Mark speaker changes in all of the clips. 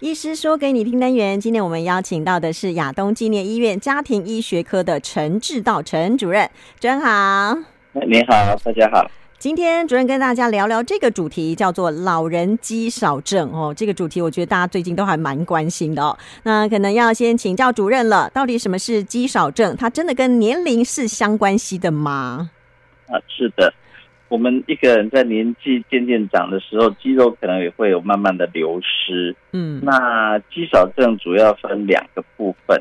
Speaker 1: 医师说给你听单元，今天我们邀请到的是亚东纪念医院家庭医学科的陈志道陈主任，主任好。
Speaker 2: 哎你好，大家好。
Speaker 1: 今天主任跟大家聊聊这个主题，叫做老人肌少症哦。这个主题我觉得大家最近都还蛮关心的哦。那可能要先请教主任了，到底什么是肌少症？它真的跟年龄是相关系的吗？
Speaker 2: 啊，是的，我们一个人在年纪渐渐长的时候，肌肉可能也会有慢慢的流失。
Speaker 1: 嗯
Speaker 2: 那肌少症主要分两个部分，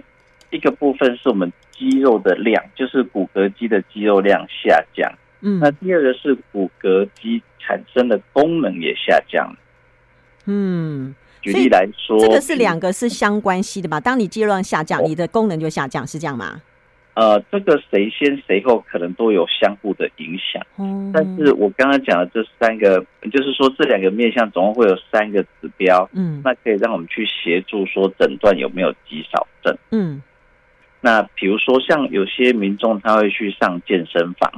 Speaker 2: 一个部分是我们肌肉的量，就是骨骼肌的肌肉量下降；那
Speaker 1: 嗯
Speaker 2: 第二个是骨骼肌产生的功能也下降了。
Speaker 1: 嗯，
Speaker 2: 举例来说，
Speaker 1: 这个是两个是相关系的吧？当你肌肉量下降，你的功能就下降，是这样吗？
Speaker 2: 呃，这个谁先谁后可能都有相互的影响。
Speaker 1: 哦，
Speaker 2: 但是我刚刚讲的这三个，就是说这两个面向总共会有三个指标，
Speaker 1: 嗯
Speaker 2: 那可以让我们去协助说诊断有没有肌少症。
Speaker 1: 嗯
Speaker 2: 那比如说像有些民众他会去上健身房，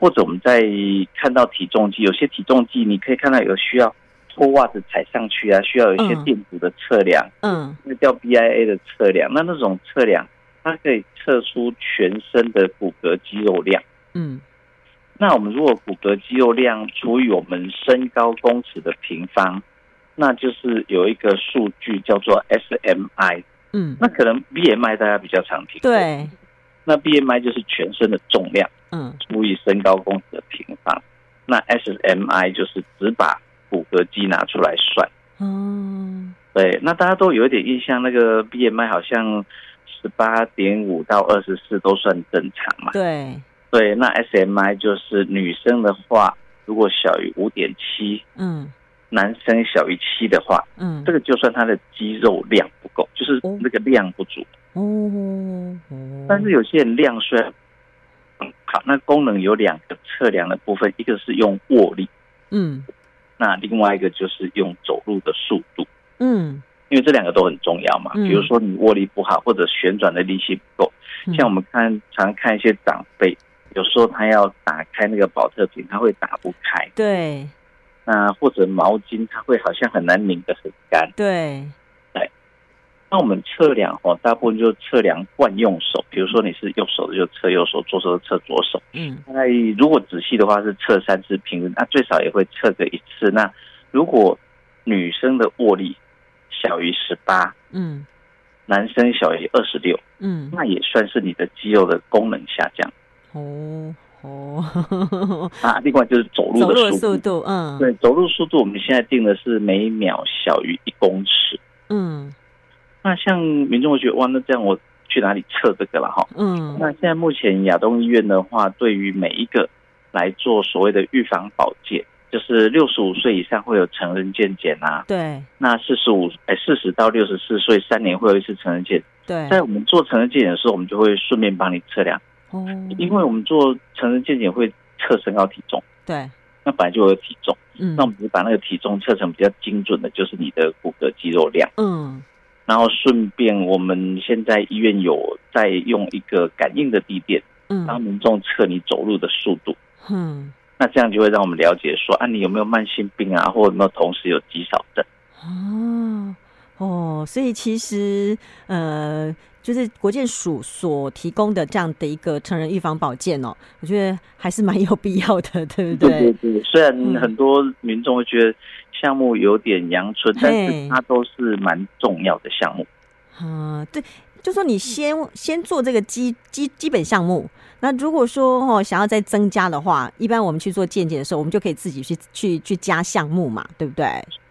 Speaker 2: 或者我们在看到体重计，有些体重计你可以看到有需要脱袜子踩上去啊，需要有一些
Speaker 1: 嗯
Speaker 2: 电阻的测量，
Speaker 1: 嗯
Speaker 2: 那叫 BIA 的测量。那那种测量，它可以测出全身的骨骼肌肉量。
Speaker 1: 嗯
Speaker 2: 那我们如果骨骼肌肉量除以我们身高公尺的平方，那就是有一个数据叫做 SMI。
Speaker 1: 嗯，
Speaker 2: 那可能 BMI 大家比较常听，。
Speaker 1: 对，
Speaker 2: 那 BMI 就是全身的重量
Speaker 1: 嗯
Speaker 2: 除以身高公尺的平方，那 SMI 就是只把骨骼肌拿出来算。
Speaker 1: 哦，
Speaker 2: 对，那大家都有一点印象，那个 BMI 好像十八点五到二十四都算正常嘛。
Speaker 1: 对，
Speaker 2: 对，那 SMI 就是女生的话，如果小于五点七，
Speaker 1: 嗯
Speaker 2: 男生小于七的话，
Speaker 1: 嗯
Speaker 2: 这，个就算他的肌肉量不够，就是
Speaker 1: 哦
Speaker 2: 那个量不足。
Speaker 1: 哦哦，
Speaker 2: 但是有些人量虽然嗯好，那功能有两个测量的部分，一个是用握力，
Speaker 1: 嗯
Speaker 2: 那另外一个就是用走路的速度，
Speaker 1: 嗯，
Speaker 2: 因为这两个都很重要嘛。
Speaker 1: 嗯
Speaker 2: 比如说你握力不好，或者旋转的力气不够，
Speaker 1: 嗯
Speaker 2: 像我们看常看一些长辈，有时候他要打开那个保特瓶，他会打不开。
Speaker 1: 对
Speaker 2: 那呃或者毛巾，它会好像很难拧得很干。
Speaker 1: 对，
Speaker 2: 那我们测量哦，大部分就测量惯用手，比如说你是右手的就测右手，左手就测左手。
Speaker 1: 嗯
Speaker 2: 那如果仔细的话是测三次平均，那最少也会测个一次。那如果女生的握力小于十八，
Speaker 1: 嗯
Speaker 2: 男生小于二十六，
Speaker 1: 嗯，
Speaker 2: 那也算是你的肌肉的功能下降。
Speaker 1: 哦哦，
Speaker 2: 啊，另外就是走路
Speaker 1: 走
Speaker 2: 的
Speaker 1: 路的
Speaker 2: 速度。
Speaker 1: 速度，嗯
Speaker 2: 对，走路速度我们现在定的是每秒小于一公尺。
Speaker 1: 嗯
Speaker 2: 那像民众会觉得哇，那这样我去哪里测这个了哈？
Speaker 1: 嗯
Speaker 2: 那现在目前亚东医院的话，对于每一个来做所谓的预防保健，就是六十五岁以上会有成人健检啊，
Speaker 1: 对
Speaker 2: 那四十五哎四十到六十四岁三年会有一次成人健检，
Speaker 1: 对，
Speaker 2: 在我们做成人健检的时候，我们就会顺便帮你测量，
Speaker 1: 哦
Speaker 2: 因为我们做成人健检会测身高体重，
Speaker 1: 对，
Speaker 2: 那本来就有体重，
Speaker 1: 嗯
Speaker 2: 那我们只是把那个体重测成比较精准的，就是你的骨骼肌肉量。
Speaker 1: 嗯
Speaker 2: 然后顺便，我们现在医院有在用一个感应的地垫，让
Speaker 1: 嗯
Speaker 2: 民众测你走路的速度。
Speaker 1: 嗯
Speaker 2: 那这样就会让我们了解说，啊，你有没有慢性病啊，或者有没有同时有肌少症？
Speaker 1: 哦哦，所以其实呃，就是国健署所提供的这样的一个成人预防保健哦，我觉得还是蛮有必要的，对不对？
Speaker 2: 对，虽然
Speaker 1: 嗯
Speaker 2: 很多民众会觉得项目有点阳春，但
Speaker 1: 嘿
Speaker 2: 是它都是蛮重要的项目。
Speaker 1: 啊、对，就说你先先做这个基基基本项目。那如果说哦想要再增加的话，一般我们去做健检的时候，我们就可以自己去去去加项目嘛，对不对？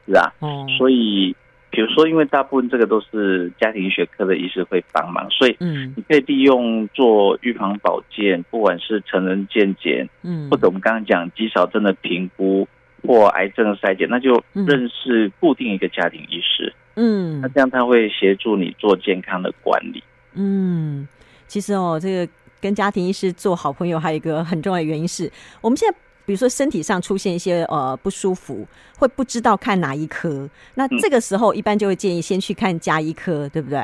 Speaker 2: 是啊，
Speaker 1: 哦，
Speaker 2: 所以比如说，因为大部分这个都是家庭医学科的医师会帮忙，所以
Speaker 1: 嗯
Speaker 2: 你可以利用做预防保健，不管是成人健检。
Speaker 1: 嗯，
Speaker 2: 或者我们刚刚讲肌少症的评估或癌症的筛检，那就认识固定一个家庭医师，
Speaker 1: 嗯
Speaker 2: 那这样他会协助你做健康的管理。
Speaker 1: 嗯，其实哦，这个跟家庭医师做好朋友，还有一个很重要的原因是，我们现在比如说身体上出现一些呃不舒服，会不知道看哪一科，那
Speaker 2: 嗯
Speaker 1: 这个时候一般就会建议先去看加医科，对不对？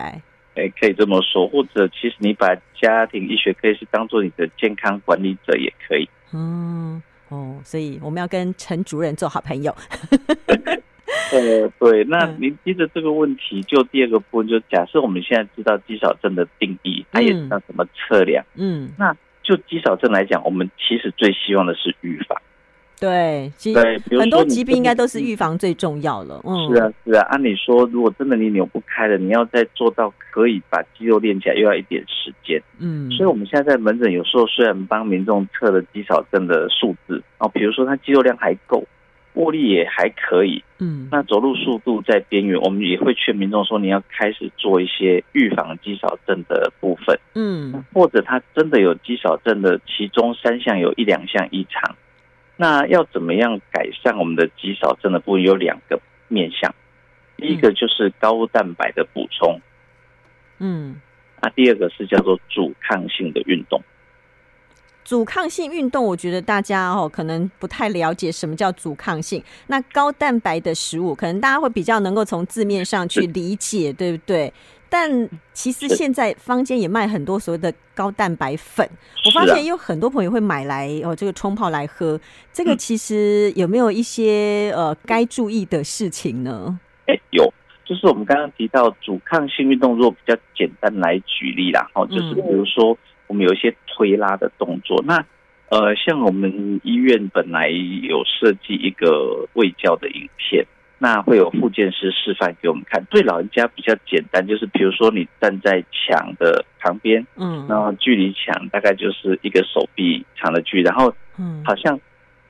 Speaker 2: 哎，可以这么说，或者其实你把家庭医学科医师当做你的健康管理者也可以。
Speaker 1: 嗯，哦，所以我们要跟陈主任做好朋友。
Speaker 2: 呃，对，那
Speaker 1: 嗯
Speaker 2: 您接着这个问题，就第二个部分，就假设我们现在知道肌少症的定义，它也知道怎么测量。
Speaker 1: 嗯，
Speaker 2: 就肌少症来讲，我们其实最希望的是预防。
Speaker 1: 对，其
Speaker 2: 对，比如说
Speaker 1: 很多
Speaker 2: 你
Speaker 1: 疾病应该都是
Speaker 2: 真的嗯
Speaker 1: 预防最重要了。嗯，
Speaker 2: 是啊，是啊。按理说，如果真的你扭不开了，你要再做到可以把肌肉练起来，又要一点时间。
Speaker 1: 嗯，
Speaker 2: 所以我们现在在门诊有时候虽然帮民众测了肌少症的数字哦，比如说他肌肉量还够，握力也还可以，
Speaker 1: 嗯，
Speaker 2: 那走路速度在边缘，我们也会劝民众说你要开始做一些预防肌少症的部分，
Speaker 1: 嗯，
Speaker 2: 或者他真的有肌少症的其中三项有一两项异常，那要怎么样改善我们的肌少症的部分有两个面向，第一个就是高蛋白的补充，
Speaker 1: 嗯，
Speaker 2: 那第二个是叫做阻抗性的运动。
Speaker 1: 阻抗性运动，我觉得大家哦可能不太了解什么叫阻抗性。那高蛋白的食物，可能大家会比较能够从字面上去理解，对不对？但其实
Speaker 2: 是
Speaker 1: 现在坊间也卖很多所谓的高蛋白粉，嗯我
Speaker 2: 是
Speaker 1: 发
Speaker 2: 啊
Speaker 1: 现有很多朋友会买来哦，这个冲泡来喝。这个其实有没有一些呃该注意的事情呢？
Speaker 2: 哎， 有，就是我们刚刚提到阻抗性运动，如果比较简单来举例啦，哦，就是
Speaker 1: 嗯
Speaker 2: 比如说我们有一些推拉的动作，那呃，像我们医院本来有设计一个卫教的影片。那会有复健师示范给我们看，对老人家比较简单，就是比如说你站在墙的旁边，
Speaker 1: 嗯
Speaker 2: 然后距离墙大概就是一个手臂长的距离，然后
Speaker 1: 嗯
Speaker 2: 好像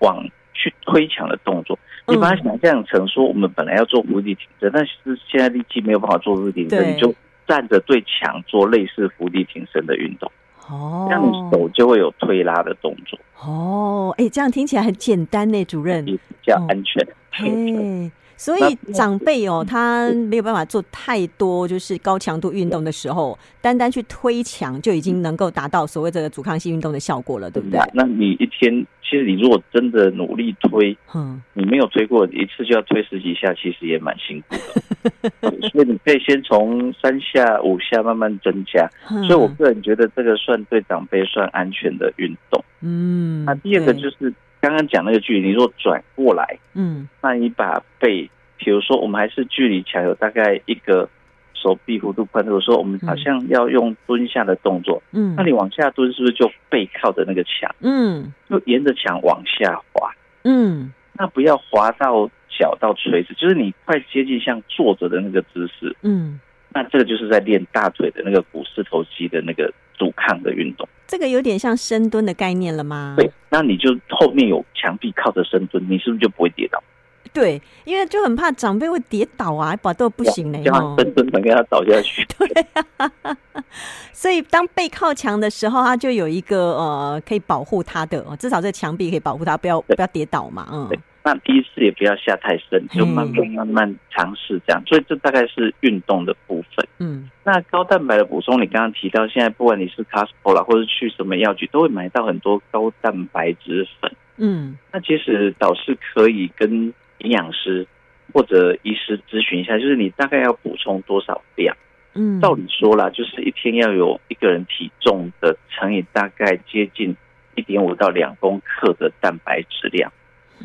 Speaker 2: 往去推墙的动作。你把它想象成说，我们本来要做伏地挺身，但是现在力气没有办法做伏地挺身，
Speaker 1: 对
Speaker 2: 你就站着对墙做类似伏地挺身的运动，
Speaker 1: 哦
Speaker 2: 这样你手就会有推拉的动作，
Speaker 1: 哦，哎，这样听起来很简单呢，主任。
Speaker 2: 也比较安全。
Speaker 1: 嗯哦嘿，所
Speaker 2: 那
Speaker 1: 以长辈哦，他没有办法做太多就是高强度运动的时候，单单去推墙就已经能够达到所谓的阻抗性运动的效果了，对不对？
Speaker 2: 那你一天，其实你如果真的努力推，
Speaker 1: 嗯，
Speaker 2: 你没有推过一次就要推十几下，其实也蛮辛苦 的。所以你可以先从三下、五下慢慢增加。
Speaker 1: 所
Speaker 2: 所以我个人觉得这个算对长辈算安全的运动。
Speaker 1: 嗯，
Speaker 2: 那第二个
Speaker 1: 对
Speaker 2: 就是刚刚讲那个距离，你若转过来，
Speaker 1: 嗯
Speaker 2: 那你把背，比如说我们还是距离墙有大概一个手臂弧度宽度，说我们好像要用蹲下的动作，
Speaker 1: 嗯，
Speaker 2: 那你往下蹲是不是就背靠着那个墙，
Speaker 1: 嗯
Speaker 2: 就沿着墙往下滑？
Speaker 1: 嗯
Speaker 2: 那不要滑到脚到垂直，就是你快接近像坐着的那个姿势，
Speaker 1: 嗯，
Speaker 2: 那这个就是在练大腿的那个股四头肌的那个阻抗的运动。
Speaker 1: 这个有点像深蹲的概念了吗？
Speaker 2: 对，那你就后面有墙壁靠着深蹲，你是不是就不会跌倒？
Speaker 1: 对，因为就很怕长辈会跌倒啊，把都不行嘞
Speaker 2: 叫
Speaker 1: 哦
Speaker 2: 他。深蹲，能给他倒下去。
Speaker 1: 所以当背靠墙的时候，它就有一个呃可以保护它的，哦至少这墙壁可以保护它，不要不要跌倒嘛。嗯
Speaker 2: 对那第一次也不要下太深，就慢慢慢慢尝试这样。所以这大概是运动的部分。
Speaker 1: 嗯
Speaker 2: 那高蛋白的补充，你刚刚提到，现在不管你是 Costco 啦，或者去什么药局，都会买到很多高蛋白质粉。
Speaker 1: 嗯
Speaker 2: 那其实导师可以跟营养师或者医师咨询一下，就是你大概要补充多少量。
Speaker 1: 嗯，
Speaker 2: 照理说啦，就是一天要有一个人体重的乘以大概接近一点五到两公克的蛋白质量。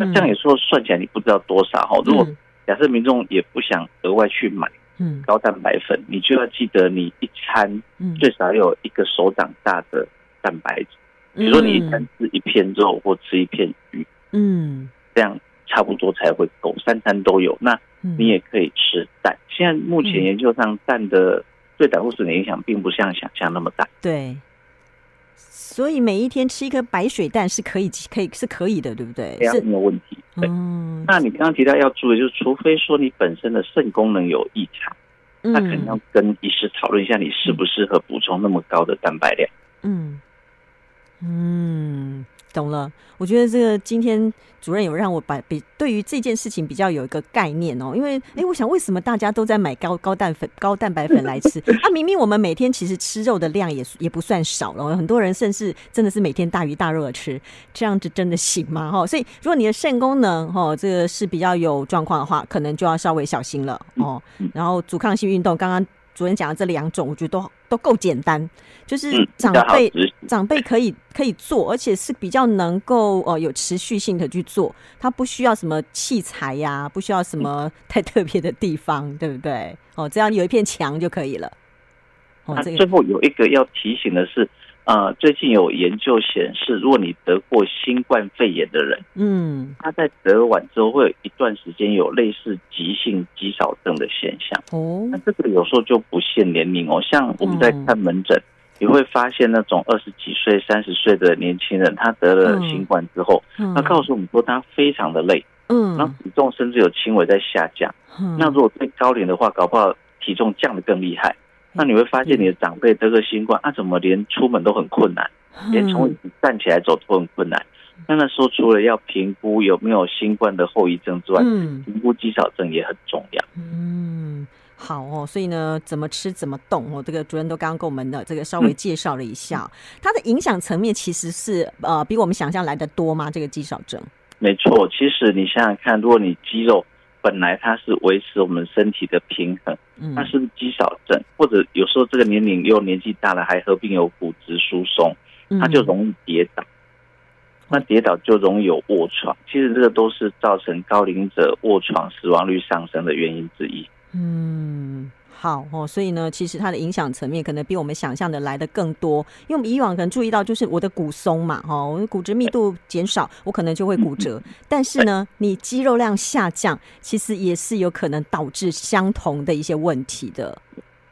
Speaker 2: 那这样有时候算起来你不知道多少哈。如果
Speaker 1: 嗯
Speaker 2: 假设民众也不想额外去买
Speaker 1: 嗯
Speaker 2: 高蛋白粉，你就要记得你一餐
Speaker 1: 嗯，
Speaker 2: 最少要有一个手掌大的蛋白质。比如说你一餐吃一片肉或吃一片鱼，
Speaker 1: 嗯
Speaker 2: 这样差不多才会够，三餐都有。那
Speaker 1: 嗯，
Speaker 2: 你也可以吃蛋。现在目前
Speaker 1: 嗯
Speaker 2: 研究上蛋的对胆固醇的影响并不像想象那么大。
Speaker 1: 对。所以每一天吃一颗白水蛋是可以，可以是可以的，对不对？
Speaker 2: 这样
Speaker 1: 是，
Speaker 2: 没有问题。啊对，
Speaker 1: 嗯，
Speaker 2: 那你刚刚提到要注意，就是除非说你本身的肾功能有异常，
Speaker 1: 嗯
Speaker 2: 那可能要跟医师讨论一下，你适不适合补充那么高的蛋白量。
Speaker 1: 嗯，嗯，懂了。我觉得这个今天主任有让我把比对于这件事情比较有一个概念哦，因为哎，诶我想为什么大家都在买高高蛋粉、高蛋白粉来 吃啊？明明我们每天其实吃肉的量也也不算少了，哦很多人甚至真的是每天大鱼大肉的吃，这样子真的行吗？哈、所以如果你的肾功能哈、哦、这个是比较有状况的话，
Speaker 2: 嗯
Speaker 1: 可能就要稍微小心了哦。然后阻抗性运动，刚刚主任讲的这两种，我觉得都都够简单，就是
Speaker 2: 嗯
Speaker 1: 长
Speaker 2: 比较好
Speaker 1: 辈、
Speaker 2: 执行
Speaker 1: 长辈可以可以做，而且是比较能够呃有持续性的去做，它不需要什么器材呀、不需要什
Speaker 2: 嗯
Speaker 1: 么太特别的地方，对不对？哦，只要有一片墙就可以了。哦
Speaker 2: 那，
Speaker 1: 这
Speaker 2: 最
Speaker 1: 个
Speaker 2: 后有一个要提醒的是，呃，最近有研究显示，如果你得过新冠肺炎的人，
Speaker 1: 嗯
Speaker 2: 他在得完之后会有一段时间有类似急性肌少症的现象。
Speaker 1: 哦
Speaker 2: 那这个有时候就不限年龄哦，像我们在看门诊，
Speaker 1: 嗯
Speaker 2: 你会发现那种二十几岁、三十岁的年轻人，他得了新冠之后，
Speaker 1: 嗯
Speaker 2: 他告诉我们说他非常的累，然后
Speaker 1: 嗯
Speaker 2: 体重甚至有轻微在下降。
Speaker 1: 嗯
Speaker 2: 那如果对高龄的话，搞不好体重降得更厉害。
Speaker 1: 嗯
Speaker 2: 那你会发现你的长辈得个新冠，啊，怎么连出门都很困难，
Speaker 1: 嗯
Speaker 2: 连从椅子站起来走都很困难？那那时候除了要评估有没有新冠的后遗症之外，
Speaker 1: 嗯
Speaker 2: 评估肌少症也很重要。
Speaker 1: 嗯，好哦，所以呢，怎么吃怎么动哦，这个主任都刚刚跟我们的这个稍微
Speaker 2: 嗯
Speaker 1: 介绍了一下，它的影响层面其实是呃比我们想象来的多吗？这个肌少症，
Speaker 2: 没错，其实你想想看，如果你肌肉本来它是维持我们身体的平衡，
Speaker 1: 嗯
Speaker 2: 那是不是肌少症？或者有时候这个年龄又年纪大了，还合并有骨质疏松，
Speaker 1: 嗯
Speaker 2: 它就容易跌倒。
Speaker 1: 哦
Speaker 2: 那跌倒就容易有卧床，其实这个都是造成高龄者卧床死亡率上升的原因之一。
Speaker 1: 嗯，好哦，所以呢，其实它的影响层面可能比我们想象的来的更多，因为我们以往可能注意到就是我的骨松嘛，哈、哦，我的骨质密度减少，我可能就会骨折。 但是呢，你肌肉量下降，其实也是有可能导致相同的一些问题的。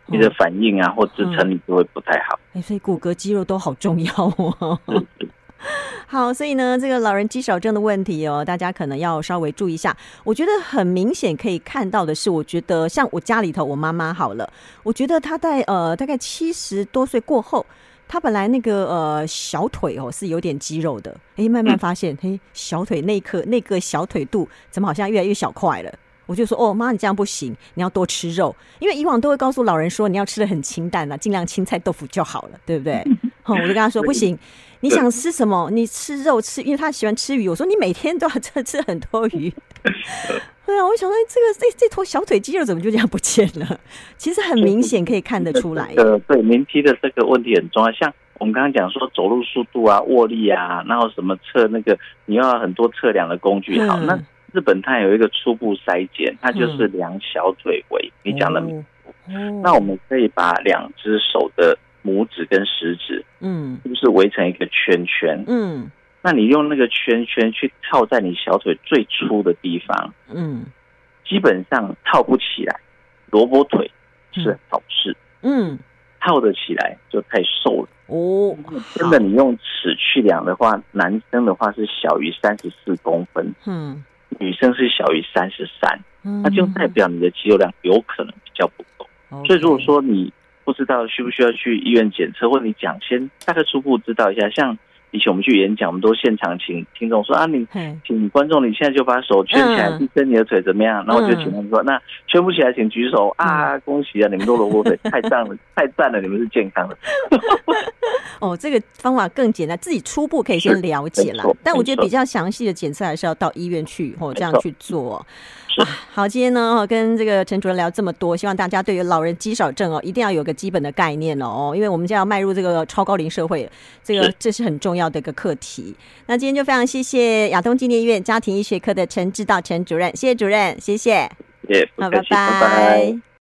Speaker 2: 你的
Speaker 1: 哦
Speaker 2: 反应啊或支撑力就会不太好。
Speaker 1: 哎，所以骨骼、肌肉都好重要哦。 好，所以呢，这个老人肌少症的问题哦，大家可能要稍微注意一下。我觉得很明显可以看到的是，我觉得像我家里头，我妈妈好了，我觉得她在呃大概七十多岁过后，她本来那个呃小腿哦是有点肌肉的，哎，慢慢发现，嘿，小腿那一刻那个小腿肚怎么好像越来越小块了。我就说哦，妈，你这样不行，你要多吃肉，因为以往都会告诉老人说你要吃的很清淡啊，尽量青菜豆腐就好了，对不对？哦，我就跟他说不行，你想吃什么？你吃肉吃，因为他喜欢吃鱼。我说你每天都要吃吃很多鱼。对啊，我就想说哎这个这这头小腿肌肉怎么就这样不见了？ 其实很明显可以看得出来。
Speaker 2: 呃，对，您提的这个问题很重要。像我们刚刚讲说走路速度啊、握力啊，然后什么测那个，你要很多测量的工具。好，
Speaker 1: 嗯
Speaker 2: 那日本它有一个初步筛检，它就是量小腿围，你讲的。
Speaker 1: 哦哦
Speaker 2: 那我们可以把两只手的拇指跟食指，
Speaker 1: 嗯
Speaker 2: 是不是围成一个圈圈？
Speaker 1: 嗯
Speaker 2: 那你用那个圈圈去套在你小腿最粗的地方，
Speaker 1: 嗯
Speaker 2: 基本上套不起来。萝卜腿是好事，
Speaker 1: 嗯
Speaker 2: 套得起来就太瘦了。
Speaker 1: 哦，
Speaker 2: 真的，你用尺去量的话，男生的话是小于三十四公分，
Speaker 1: 好嗯，
Speaker 2: 女生是小于三十三，那
Speaker 1: 那
Speaker 2: 就代表你的肌肉量有可能比较不够。所以如果说你不知道需不需要去医院检测，或你讲先大概初步知道一下，像以前我们去演讲，我们都现场请听众说啊，你
Speaker 1: 嘿
Speaker 2: 请观众，你现在就把手圈起来，
Speaker 1: 嗯
Speaker 2: 去伸你的腿怎么样？然后我就请他们说，那圈不起来，请举手
Speaker 1: 嗯
Speaker 2: 啊！恭喜啊，你们都萝卜 腿，太赞了，太赞了，你们是健康的。
Speaker 1: 哦，这个方法更简单，自己初步可以先了解啦
Speaker 2: 没错。
Speaker 1: 但我觉得
Speaker 2: 没错
Speaker 1: 比较详细的检测还是要到医院去哦，这样
Speaker 2: 没错
Speaker 1: 去做。
Speaker 2: 是
Speaker 1: 啊，好，今天呢哦跟这个陈主任聊这么多，希望大家对于老人肌少症哦，一定要有个基本的概念哦哦，因为我们就要迈入这个超高龄社会，这个
Speaker 2: 是
Speaker 1: 这是很重要的一个课题。那今天就非常谢谢亚东纪念医院家庭医学科的陈志道陈主任，谢谢主任，谢谢，
Speaker 2: 也不
Speaker 1: 好，
Speaker 2: 客
Speaker 1: 拜
Speaker 2: 气，拜拜。